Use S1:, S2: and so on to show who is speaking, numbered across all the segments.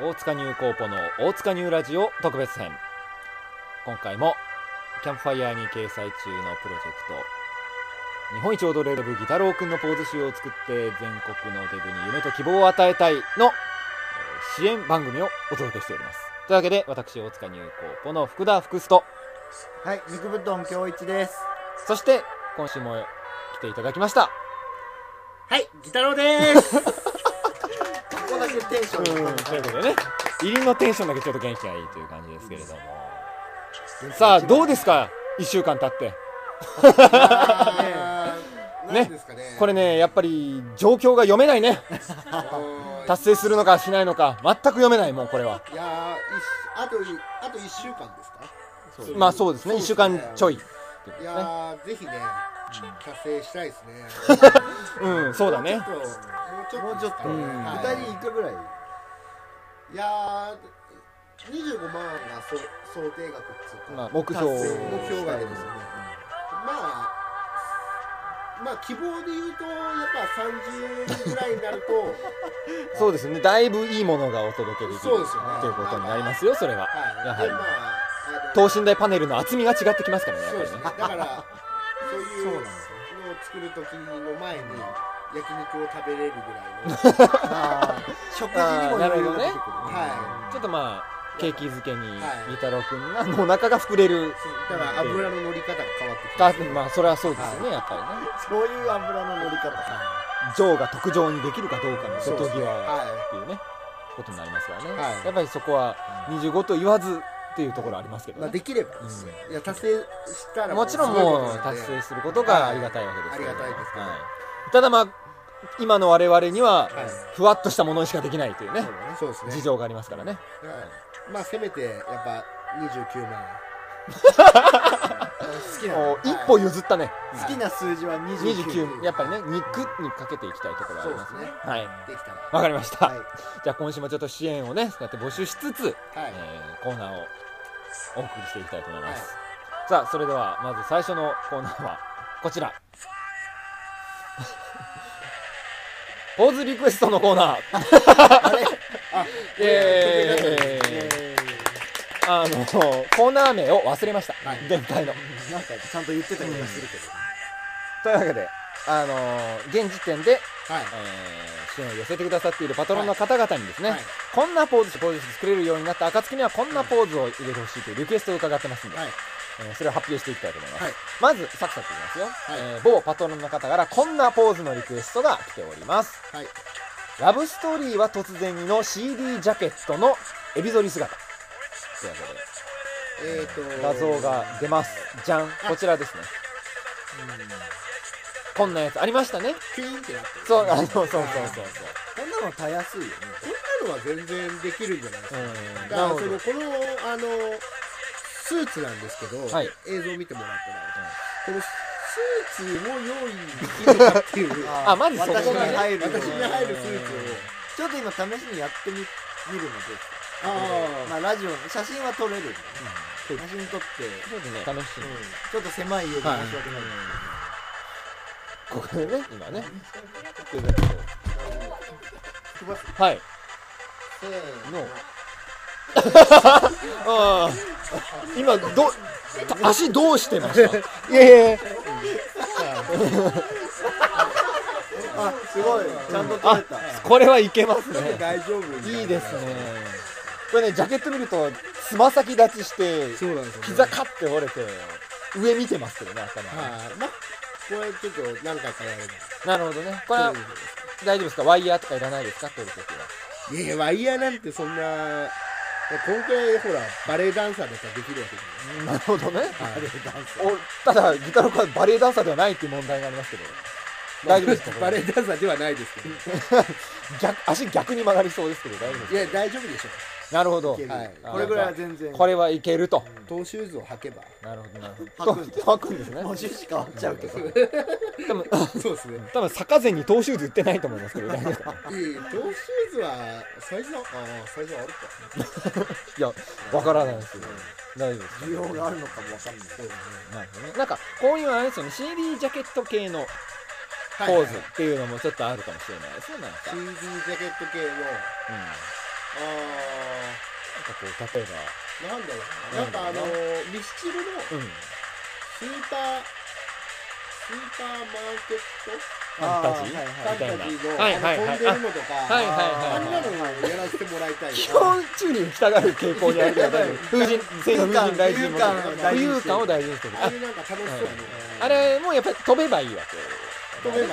S1: 大塚ニューコーポの大塚ニューラジオ特別編今回もキャンプファイヤーに掲載中のプロジェクト日本一踊れるギタロウくんのポーズ集を作って全国のデブに夢と希望を与えたいのえー支援番組をお届けしておりますというわけで私大塚ニューコーポの福田福須と
S2: はい、肉ぶどん京一です。
S1: そして今週も来ていただきました
S2: はい、ギタロウです。ここだけテンション
S1: という
S2: が
S1: ことでね入りのテンションだけちょっと元気がいいという感じですけれどもさあどうですか1週間経って
S3: あー
S1: ね
S3: なんですかね
S1: これ
S3: ね
S1: ねやっぱり状況が読めないね達成するのかしないのか全く読めないもうこれはい
S3: やーいっあといあと1週間ですか
S1: まあそうですね1週間ちょい
S3: いやーぜひね達成したいですね
S1: うんそうだね
S3: ちょっと
S2: も
S3: も
S2: う
S3: うち
S2: ちょ
S3: ょっ
S2: っ
S3: と
S2: と、
S3: ね
S1: うん
S3: は
S2: 二人いくぐらい。
S3: いいやー25万がそ想定額っつうか、
S1: まあ
S3: 目
S1: 目
S2: 達
S1: 標
S2: 成
S3: 標額ですよねまあまあ希望で言うとやっぱ30ぐらいになると
S1: そうですねだいぶいいものがお届けできる
S3: そうですよね
S1: ということになりますよそれはや
S3: はい
S1: は
S3: で
S1: り
S3: まああの
S1: 等身大パネルの厚みが違ってきますからねやっ
S3: そう
S1: ぱり
S3: です
S1: ね
S3: ね。だから、そういうの
S2: そう
S3: を
S2: なんです
S3: 作る時の前に、焼肉を食べれるぐらいの。
S2: あー食事にも
S1: あーなる
S2: 余裕
S1: ほど
S2: が
S1: ね
S2: 出てくる。
S3: は
S1: ちょっとまあ景気づけに
S3: はい
S1: みたろうくんがもうお腹が膨れる
S3: だから、油の乗り方が変わってき
S1: か
S3: ます。
S1: まあそれはそうですよねやっぱりね
S2: そういう油の乗り方。
S1: 情が特上にできるかどうかの瀬戸際
S3: は
S1: っていうねことになりますからね、
S3: はい
S1: やっぱりそこは25と言わずっていうところありますけ
S3: い。
S1: ど
S3: まあ、
S1: ね、
S3: できればですね。いや、達成したら
S1: もちろんもう達成することがありがたいわけですけれども
S3: ありがたいですけど
S1: はい、ただまあ今の我々には
S3: はい
S1: ふわっとしたものしかできないというね、
S3: そうですね。
S1: 事情がありますからね
S3: はいまあ、せめて、やっぱ、29万。
S2: 好き
S1: も
S2: な
S1: う一歩譲ったね
S2: 好きな数字は二十九。
S1: 29やっぱりね肉にかけていきたいところはありますね
S3: そうです
S1: はい
S3: できたら。
S1: わかりました、
S3: はい
S1: じゃあ今週もちょっと支援をねそうやって募集しつつ
S3: はい。
S1: えーコーナーをお送りしていきたいと思います、さあそれではまず最初のコーナーはこちら ポーズリクエストのコー ナーえーあのコーナー名を忘れました、
S3: はい
S1: 前回の
S2: なんかちゃんと言ってた気がするけ
S1: というわけであのー現時点で、
S3: はい
S1: え。ー支援を寄せてくださっているパトロンの方々にですね、
S3: はい
S1: こんなポーズポーズ作れるようになった暁にはこんなポーズを入れてほしいというリクエストを伺ってますんで、
S3: はい。
S1: えーそれを発表していきたいと思います、
S3: はい
S1: まずサクサクいきますよ、
S3: い
S1: えー某パトロンの方からこんなポーズのリクエストが来ております
S3: はい。
S1: ラブストーリーは突然にの CD ジャケットのエビ反り姿というわ
S3: えー
S1: け
S3: と。
S1: で画像が出ますじゃんこちらですねこんなやつありましたね
S3: キューンってなってる
S1: そうあのそうそうそ
S2: ど。
S1: う
S2: こんなのたやすいよね。
S3: こんなのは全然できるんじゃないです
S1: そう
S3: か、
S1: うん
S3: だ
S1: な
S3: か
S1: る
S3: ら
S1: ほど
S3: そのこのあのスーツなんですけど、
S1: はい
S3: 映像見てもらったら、このスーツも用意できるかっていう
S2: ー
S1: あまずそこがね
S2: 私に入るように。
S3: 私に入るスーツを
S2: ちょっと今試しにやってみ見るので。
S3: あー
S2: まあラジオ写真は撮れる。写真撮って。
S1: ちょっとね楽しい、
S2: ちょっと狭い家で申し訳ない。
S1: ここでね今ねはい
S3: せーの
S1: の ああ今ど足どうしてました いやいやいや
S2: あ、すごい。ちゃんと撮れた。
S1: これはいけますね
S3: 大丈夫
S1: いいですねこれねジャケット見るとつま先立ちして
S3: そうなんですよ、ね、
S1: 膝カッて折れて上見てますけどね頭、
S3: はいまあこれちょっと何回かやれば
S1: なるほどねこれは大丈夫ですかワイヤーとかいらないですか撮るときはい
S3: やワイヤーなんてそんな今回ほらバレエダンサーだったらできるわけじ
S1: なるほどね
S3: ゃない、はい
S1: おただギターの子はバレエダンサーではないっていう問題がありますけど大丈夫ですかこれ
S3: バレエダンサーではないですけど
S1: 逆足逆に曲がりそうですけど大丈夫です
S3: いや大丈夫でし
S1: か
S3: ょ
S1: なるほど
S3: はい
S2: これぐらいは全然。
S1: これはいけると、
S3: トーシューズを履けば
S1: なるほどなるほど
S2: 吐くんだ
S1: 吐くんですね
S2: もう趣旨変わっちゃうけど。
S1: 多分
S3: そうですね
S1: 多分坂前にトーシューズ売ってないと思いますけど大丈夫かない
S3: いトーシューズはサイズはああサイズはあるか
S1: いやわからないですけど大丈夫です
S2: 需要があるのかもわかんない。
S1: なるほどねなんかこういうあれですよね CD ジャケット系のポ
S3: はい
S1: ーズっていうのもちょっとあるかもしれないですねなんか、
S3: CD ジャケット系の
S1: うん
S3: あ
S1: なんかこう、例え
S3: ーなんだろうななんかあのミスチル
S1: ば、
S3: の
S1: うん。
S3: スーパースーパーマーケット
S1: ファンタジー
S4: あーはい
S3: ファ
S4: は
S3: ンタ
S4: い
S3: ジ
S1: はいはいはい
S3: ーのあの飛んでるのとか、
S1: はいはいはい
S3: あんなのやらせてもらいたいな
S1: 基本、宙に浮きたがる傾向にあるけど、大丈夫。風神、全部風神大事に持って
S3: 浮遊感
S1: 浮遊感を大事にしてる。
S3: あ
S1: あ
S3: れなんか楽しそうだね、
S1: あれ、もうやっぱり飛べばいいわけ。
S3: 飛べば、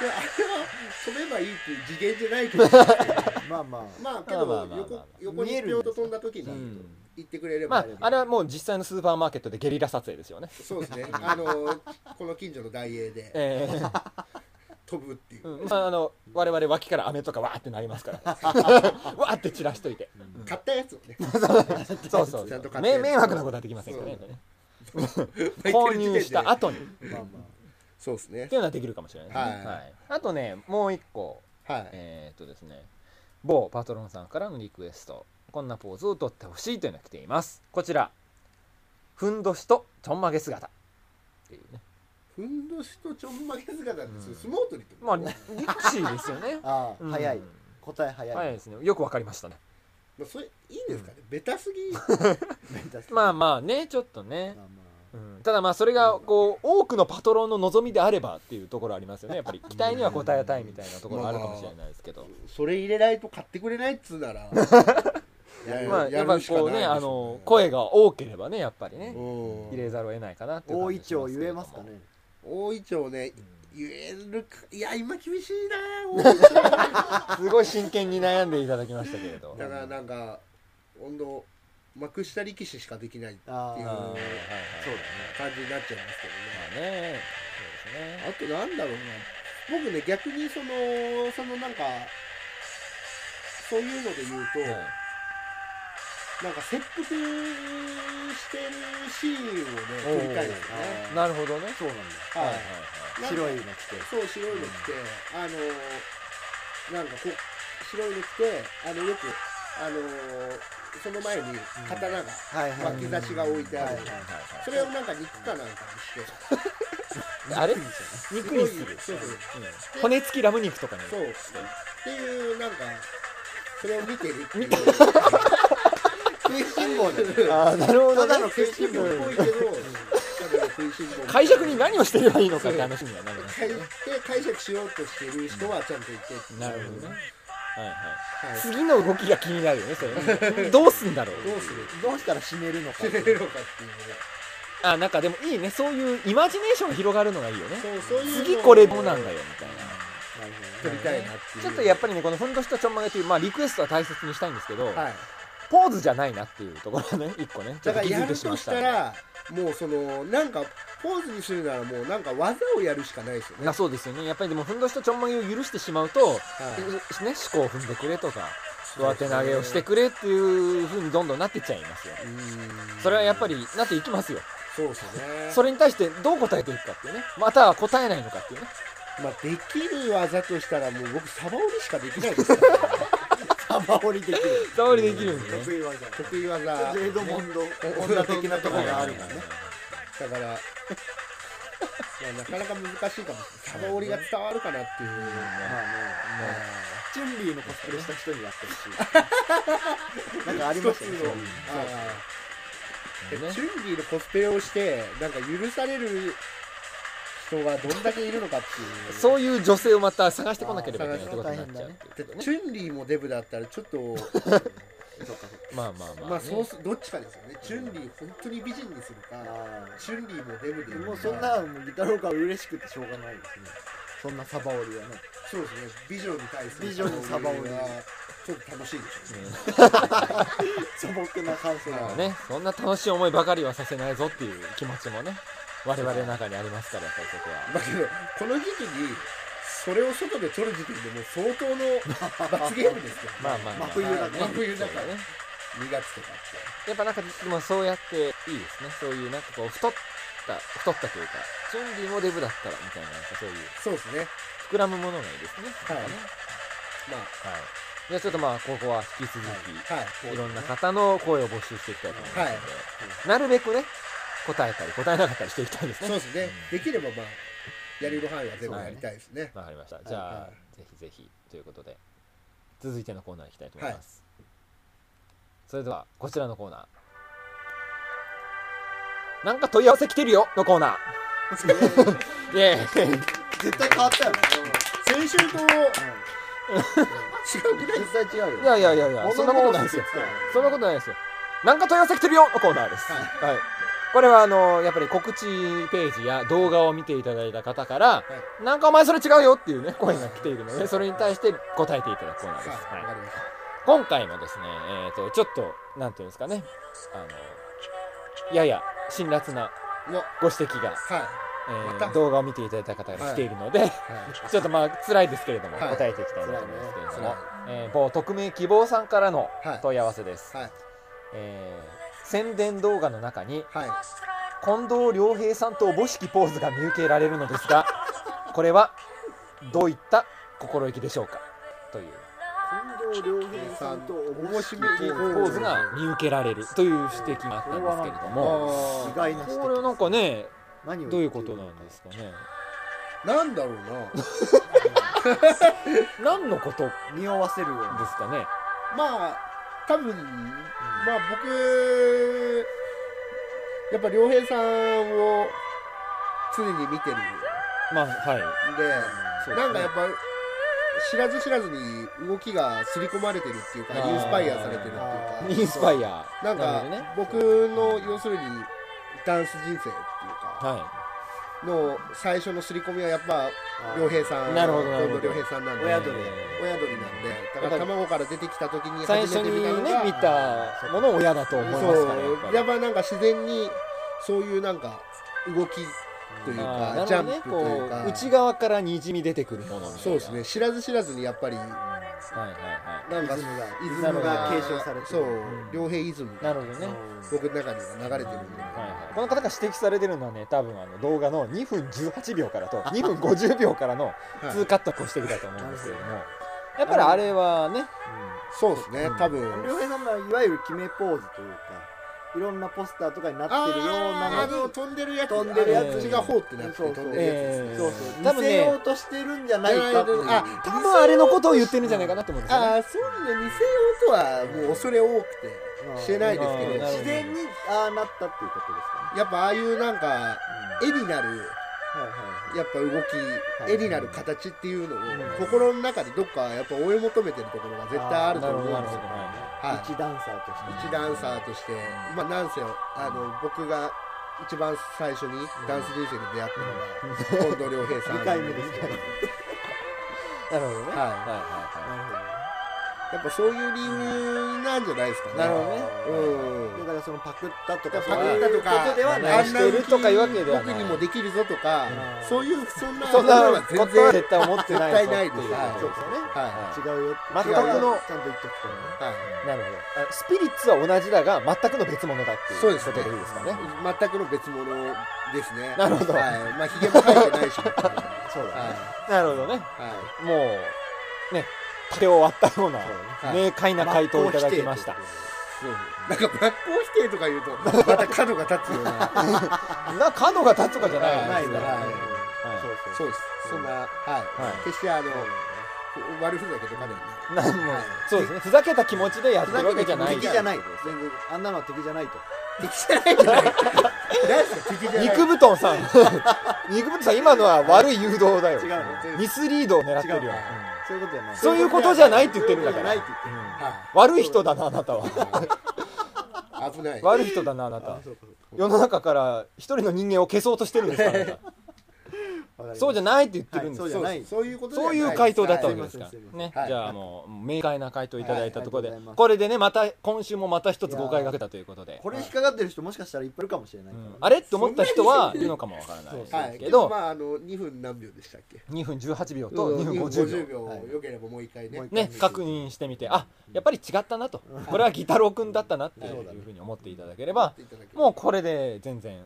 S3: いやあれは飛べばいいっていう次元じゃないけど
S4: まあまあ
S3: まあけ
S1: まあまあ
S3: ど
S1: まあまあ
S3: 横横にピョンと飛んだ時
S1: う
S3: に
S1: ん
S3: 行ってくれれ
S1: まあ、
S3: ば
S1: あれ
S3: れ
S1: はもう実際のスーパーマーケットでゲリラ撮影ですよね。
S3: そう ですねあのこの近所の大英で
S1: ええ
S3: 飛ぶ っていう、
S1: うんまあ、あの我々脇から飴とかわーってなりますからわーって散らしといて
S3: 買ったやつをね
S1: そうそう
S3: ち
S1: そ
S3: ゃんと
S1: う
S3: 買って
S1: 迷迷惑なことはできませんからね購入した後にっ
S4: まあま
S3: そうですね
S1: ていうのはできるかもしれないですね、
S3: はい
S1: あとねもう一個
S3: はい
S1: えーっとですね某パトロンさんからのリクエストこんなポーズを取ってほしいというのが来ていますこちらふんどしとちょんまげ姿っていうね
S3: ふんどしとちょんまげ姿って
S1: うん
S3: 相撲取りってこと
S1: まあリクシーですよね
S4: ああ
S1: うん
S4: 早い答え早い
S1: 早いですねよくわかりましたね
S3: まあそれいいんですかねベ タすぎ
S1: まあまあねちょっとね
S4: まあまあ
S1: うんただまあそれがこう多くのパトロンの望みであればっていうところありますよねやっぱり期待には応えたいみたいなところあるかもしれないですけど
S3: それ入れないと買ってくれないっつう ならや
S1: まあやっぱりこうねあの声が多ければねやっぱりね入れざるを得ないかなっていう
S4: 大
S1: 感
S4: い
S1: じしま
S4: 帳
S1: すけ
S4: 言
S1: れ
S4: え
S1: ども
S4: ますかね
S3: 大いちょうね言えるかいや今厳しいな大いちょう
S1: すごい真剣に悩んでいただきましたけれど
S3: だからなんか温度幕下力士しかできない
S4: あ
S3: い
S1: うん
S3: や
S1: はい
S4: あ
S1: はいはい
S4: そう
S3: 感じになっちゃいますけ
S1: ま
S3: ど
S1: あねそうです
S3: ね
S1: ね
S3: あとなんだろうな僕ね逆にそのそのなんかそういうので言うと、
S1: はい
S3: なんか切腹してるシーンをね撮りたいんですよね
S4: だね
S1: なるほどね
S4: そうなんだ
S1: はい
S3: は
S1: はい
S3: いなんか
S4: 白いの着て
S3: そう白いの着て、あのなんかこう白いの着てあのよくあのその前に刀が、
S4: はいはい
S3: 巻き差しが置いてある
S4: はいはい
S1: は
S3: それをなんか肉かなんかにして
S1: いはいあれ
S3: い
S1: 肉にする
S3: そうそう
S1: うん骨付きラム肉とかに
S3: そうっていうなんかそれを見てるっていう
S4: 食いしん坊で
S1: ああなるほ
S3: た
S1: ど
S3: だ
S1: ね
S3: の食いしん坊っぽいけどただの食いしん坊
S1: 解釈に何をしてればいいのかって話にはなります
S3: 解
S1: よね
S3: 解釈しようとしてる人はちゃんといてっていう
S1: なるほどね。はいはい。
S3: はい
S1: 次の動きが気になるよね、それ。 どうすんだろう。
S3: どうする
S4: どうしたら死ねるのか
S3: 決めるのかっていうね
S1: あ、なんかでもいいね、そういうイマジネーションが広がるのがいいよね。
S3: そうそういうのを
S1: 次これどうなんだよ、みたいな。
S4: なるほ
S3: 撮
S4: ど
S3: り
S4: ね
S3: たいなっていう
S1: ちょっとやっぱりね、このふんどしとちょんまげという、まあリクエストは大切にしたいんですけど、
S3: はい
S1: ポーズじゃないなっていうところが ね、一個ね、ちょ
S3: だ
S1: っと
S3: から
S1: 気
S3: や
S1: づい
S3: る
S1: てしま
S3: と
S1: っ
S3: したた。らもうそのなんかポーズにするならもうなんか技をやるしかないですよね、
S1: なそうですよね。やっぱりでも、ふんどしとちょんまげを許してしまうと、
S3: はい
S1: ね、思考を踏んでくれとか、上手投げをしてくれっていう風にどんどんなってっちゃいますよ。
S3: うーん
S1: それはやっぱりなっていきますよ。
S3: そうですね
S1: それに対してどう答えていくかっていうね。または答えないのかっていうね。
S3: まあ、できる技としたらもう僕サバ折りしかできないですから、 ね、
S4: 幅折りできる
S1: 触りできるんですね。
S4: 得意技
S3: 得意技
S4: レードモンド
S3: 女的なところがある
S4: か
S3: からら
S4: ね
S3: ねだから、まあ、なかなか難しいかもしれないサバ折りが伝わるかなっていう、
S4: まあねチュンリーのコスプレした人にやってほしいなんかありま
S3: 一
S4: し
S3: つ
S4: た
S3: の
S4: ね
S3: あーえ
S1: ね
S3: チュンリーのコスプレをしてなんか許される人がどんだけいるのかっていう
S1: そういう女性をまた探してこなければいけないってことになっちゃうっていう
S3: で
S1: ことね。
S3: チュンリーもデブだったらちょっと
S4: そうかそうか
S1: まあまあまあ、ね。
S3: まあそうすどっちかですよねチュンリー本当に美人にするか
S4: あ
S3: チュンリーもデブでい
S4: ー
S3: るか
S4: もうそんなもうギタローが嬉しくてしょうがないですねそんなサバ折りはね
S3: そうですね美女に対する
S4: 美女にサバを入れる
S3: はちょっと楽しいでしょうね
S4: 素朴な感想
S1: ま
S4: が
S1: あね、そんな楽しい思いばかりはさせないぞっていう気持ちもね、我々の中にありますから、やっぱりそこは。
S3: だけどこの時期にそれを外で撮る時点でもう相当の罰ゲームですよ
S1: まあまあまあ、
S4: 真冬だ
S1: ね
S4: 真
S3: 冬だから
S1: そうね。
S3: 2月とかっ
S1: やっぱなんか、まあそうやっていいですね。そういうなんかこう、太った、太ったというか、チュンリーもデブだったらみたいな、なんかそういう、
S3: てそうですね
S1: 膨らむものがいいですね。
S3: はい
S1: なんかね
S3: ま
S1: はい。じゃあちょっとまあ、ここは引き続き、
S3: あはい
S1: いろんな方の声を募集していきたいと思いますので、
S3: はい
S1: なるべくね、答えたり答えなかったりしていきたいです
S3: そう
S1: ね。
S3: ですねできればまあやれる範囲は全部やりたいですね
S1: わかりました。じゃあ、
S3: はいは
S1: ぜひぜひということで、続いてのコーナーいきたいと思います、それではこちらのコーナーなんか問い合わせ来てるよのコーナ ーイエーイ
S4: 絶対変わったよね。
S2: 先週と違うぐらい
S4: 絶対違うよ。
S1: いやいやいやいやそんなことないですよそんなことないですよなんか問い合わせ来てるよのコーナーです、はいこれはあのやっぱり告知ページや動画を見ていただいた方から、なんかお前それ違うよっていうね声が来ているのでそれに対して答えていただくコーナーです、はい
S3: わかりまし
S1: 今回もですね、えー、とちょっとなんていうんですかねあのやや辛辣な
S3: たの
S1: ご指摘が、
S3: はい
S1: えー
S3: また
S1: 動画を見ていただいた方が来ているので、
S3: はい
S1: ちょっとまあ辛いですけれども、
S3: はい
S1: 答えていきたいなと思いますけれども、
S3: 辛いね
S1: えー某匿名希望さんからの
S3: はい
S1: 問い合わせです、
S3: はい
S1: えー宣伝動画の中に
S3: はい
S1: 近藤良平さんとおぼしきポーズが見受けられるのですがこれはどういった心意気でしょうかという
S4: 近藤良平さんと面白い
S1: ポーズが見受けられるという指摘があったんですけれども
S4: 意外な指
S1: これなん
S4: 摘。
S1: かね
S4: 何を
S1: どういう
S4: 言って
S1: こと
S4: るの
S1: なんですかね
S3: なんだろ うな
S1: 何のことで
S4: 匂わせるような。
S1: すかね
S3: まあ多分まあ僕やっぱ良平さんを常に見てる
S1: まあはい
S3: んで
S1: そうですね
S3: なんかやっぱ知らず知らずに動きが刷り込まれてるっていうか
S1: あー
S3: インスパイアされてるっていう
S4: あ
S3: か
S4: ー
S1: インスパイア
S3: なん
S1: るほどね
S3: か僕の要するにダンス人生っていうか
S1: は
S3: の最初の刷り込みはやっぱ良平さん
S1: なるほどなるほど
S3: 近藤良平さんなんで
S4: 親鳥
S3: 親鳥なんでだから卵から出てきた時に
S1: い最初
S3: 初めて
S1: に
S3: 見たの
S1: ね
S3: が
S1: 見たものを親だと思いますからやっぱ
S3: そう
S1: り
S3: やっぱなんか自然にそういうなんか動きという
S1: あ
S3: か、
S1: ー
S3: ジャ
S1: なるほどね
S3: ンプというか
S1: こう内側からにじみ出てくるものみたいな
S3: そうですね知らず知らずにやっぱり
S1: はいはいは
S3: なんか
S4: イズムが
S3: イズム
S1: イズム
S3: が
S1: が
S4: 継承されてる
S3: そう、
S1: うん
S3: 両平イズム
S1: いな
S3: が
S1: るほどね
S3: 僕の中には流れてるんで、
S1: はいはい、この方が指摘されてるのはね多分あの動画の2分18秒からと2分50秒からの
S3: はい
S1: 2カットのご指摘だと思うんですけれどもやっぱりあれはね
S3: そうですね多分、
S4: 良平さんがいわゆる決めポーズというか、いろんなポスターとかになってるよう
S3: あ
S4: な
S3: ー
S4: の
S3: の
S4: に、
S3: 飛んでるやつ
S4: 飛んでる
S1: やつ
S3: 違がほうってなって
S4: そうそう
S3: 飛んでるやつ
S1: えー
S4: そうそう、
S1: 多分
S4: 見せよ
S1: ね
S4: うとしてるんじゃないかっていう。
S3: あ
S1: 多分あれのことを言ってるんじゃないかなと思うんですよね
S3: ああそういうの偽用とはもう恐れ多く
S4: うん
S3: てしてないですけ
S1: うん
S3: ど
S4: 自然にああなったっていうことですかね。
S3: やっぱああいうなんか絵になる
S4: はいはい
S3: やっぱ動
S4: はい
S3: き絵になる形っていうのを心の中でどっかやっぱ追い求めてるところが絶対あると思うんですよ
S1: なるほどなるほど
S3: はい
S4: はい。一ダンサーとして。
S3: 一ダンサーとしてまあなんせあの僕が一番最初にダンス人生で出会ったのが近藤良平さん
S4: 2回目ですけど。
S1: なるほどね
S3: はい
S1: はいは
S3: やっぱそういう理由なんじゃないですかね
S1: なるほどね
S3: うん
S4: だからそのパクったとか
S3: パクったとか
S4: そういうことで
S1: ま
S4: はな
S1: あ
S4: い
S1: ねしてるとかいうわけではない
S3: 僕にもできるぞとか
S4: うん
S3: そういうそんな
S1: はいそん
S3: の
S1: な
S3: は
S1: こ
S3: 全
S1: とは
S3: 然
S1: 絶対思ってないぞって
S3: 絶対ないです
S1: いう
S3: はい
S1: そう
S4: そう
S1: で
S4: ですす
S1: よ
S4: よ
S1: ね
S3: は
S4: ね
S1: 全くの
S4: 違うよ違うよちゃんと言っとくとね
S3: いはい
S1: なるほどあスピリッツは同じだが全くの別物だっていう
S3: そうですね
S1: ことでいいですかね
S3: 全くの別物ですね
S1: なるほど
S3: はいまあひげも生えてないしはい
S4: そうだね
S1: なるほどね
S3: は
S1: もうね竹を割ったような
S3: はい
S1: 明快な回答をいただきました
S3: いなんか真っ向否定とか言うとまた角が立つような
S1: な角が立つとかじゃない
S3: は
S1: で
S4: ない
S1: す
S4: ん
S1: か
S4: だ
S1: ら
S4: な
S1: はい
S3: は
S4: そうそう
S3: そうですそんな
S1: はい
S3: はい決してあの悪ふざけとかでは
S1: なんも
S3: はい
S1: そうですねふざけた気持ちでやってるわけじゃない
S4: 敵じゃない全然あんなのは敵じゃないと
S3: ないですか敵じゃない
S1: 肉布団さん 肉布団さん今のは悪い誘導だよ
S4: 違うの
S1: ミスリードを狙ってるよ
S4: 違うそういうことじゃない
S1: そういうことじゃないって言ってるんだから
S4: そういうことじゃないって言ってる
S3: は
S1: 悪い人だなあなたは
S3: い危ない
S1: 悪い人だなあなた
S4: あそうかそう
S1: 世の中から一人の人間を消そうとしてるんですかあなた
S4: かわかりました
S1: そうじゃないって言ってるんです
S4: は
S1: よ
S4: いじゃない
S3: そういうことでは
S1: そう
S3: ない
S1: いう回答だったわけ
S3: は
S1: ですから
S4: すいませんすいません
S1: ね、
S3: はい
S1: じゃあもう明快な回答いただいたところで、
S4: はいありがとうございます
S1: これでねまた今週もまた一つ誤解がけたということで、
S4: これ引っかかってる人もしかしたらいっぱいいるかもしれないか
S1: う
S4: らね
S1: んあれって思った人はいるのかもわからないです
S3: はい
S1: け
S3: け
S1: ど、
S3: どまああの2分何秒でしたっけ
S1: 2分18秒と
S3: 2
S1: 2分
S3: 分
S1: 50
S3: 50
S1: 秒
S3: 秒良ければもう一回ね
S4: もう一回
S1: ね確認してみてあやっぱり違ったなとこれはギタロウくんだったなっていうふうに思っていただければ
S3: やっていただければ
S1: もうこれで全然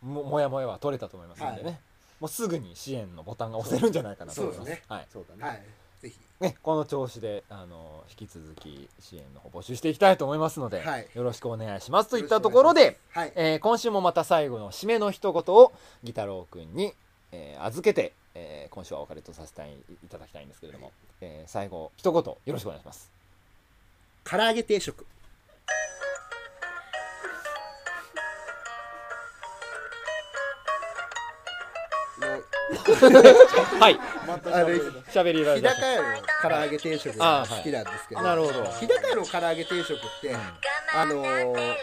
S1: ももやもやは取れたと思いますんでね、
S3: は
S1: もうすぐに支援のボタンが押せるんじゃないかなと思いま
S3: そう
S1: す
S3: ですね
S1: はい
S4: そうだ
S3: は
S4: ね
S3: いぜひ
S1: ね、この調子であの引き続き支援の方募集していきたいと思いますので、
S3: はい
S1: よろしくお願いしますといったところで、
S3: はい
S1: えー今週もまた最後の締めの一言をギタロウくんにえー預けて、えー今週はお別れとさせていただきたいんですけれども、えー最後一言よろしくお願いします
S2: 唐揚げ定食
S1: はい
S4: また
S3: あれ
S4: 喋る
S1: 喋りら
S3: 日
S1: れまし
S3: 高屋の唐揚げ定食が好きなんですけど、
S1: あーはいなるほど
S3: 日高屋の唐揚げ定食って、あのー、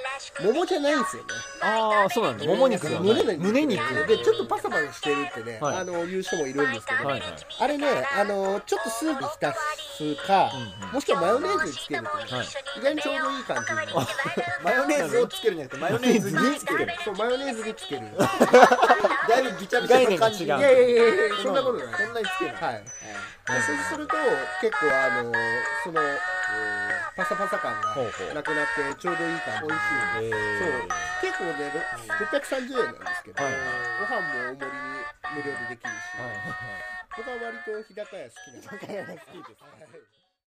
S3: 桃じゃないんですよね
S1: ああそうなんだもも肉ではな
S3: 胸
S1: い
S3: 肉
S1: 胸肉
S3: でちょっとパサパサしてるってね、
S1: はい
S3: あの言う人もいるんですけど、
S1: はいはい
S3: あれねあのちょっとスープ浸すか、
S1: うんうん
S3: もしくはマヨネーズにつけるとね、
S1: はい
S3: 意外にちょうどいい感じに
S4: マヨネーズをつけるんじゃなくてマヨネーズにつける
S3: そうマヨネーズにつける
S4: だいぶぎちゃぎちゃな感じ
S1: 概念が違う
S3: いやいやいやいやそんなことない
S4: こんなにつけない
S3: はい、でそうすると結構あのその、えーパサパサ感
S1: ほうほう
S3: がなくなってちょうどいい感じ美味
S1: えー
S3: しいそう結構ね630円なんですけど、
S1: はい
S3: ご飯も大盛りに無料でできるし、
S1: はい
S3: 僕は割と日高屋好きなんで
S1: 高屋が好きですね
S3: はい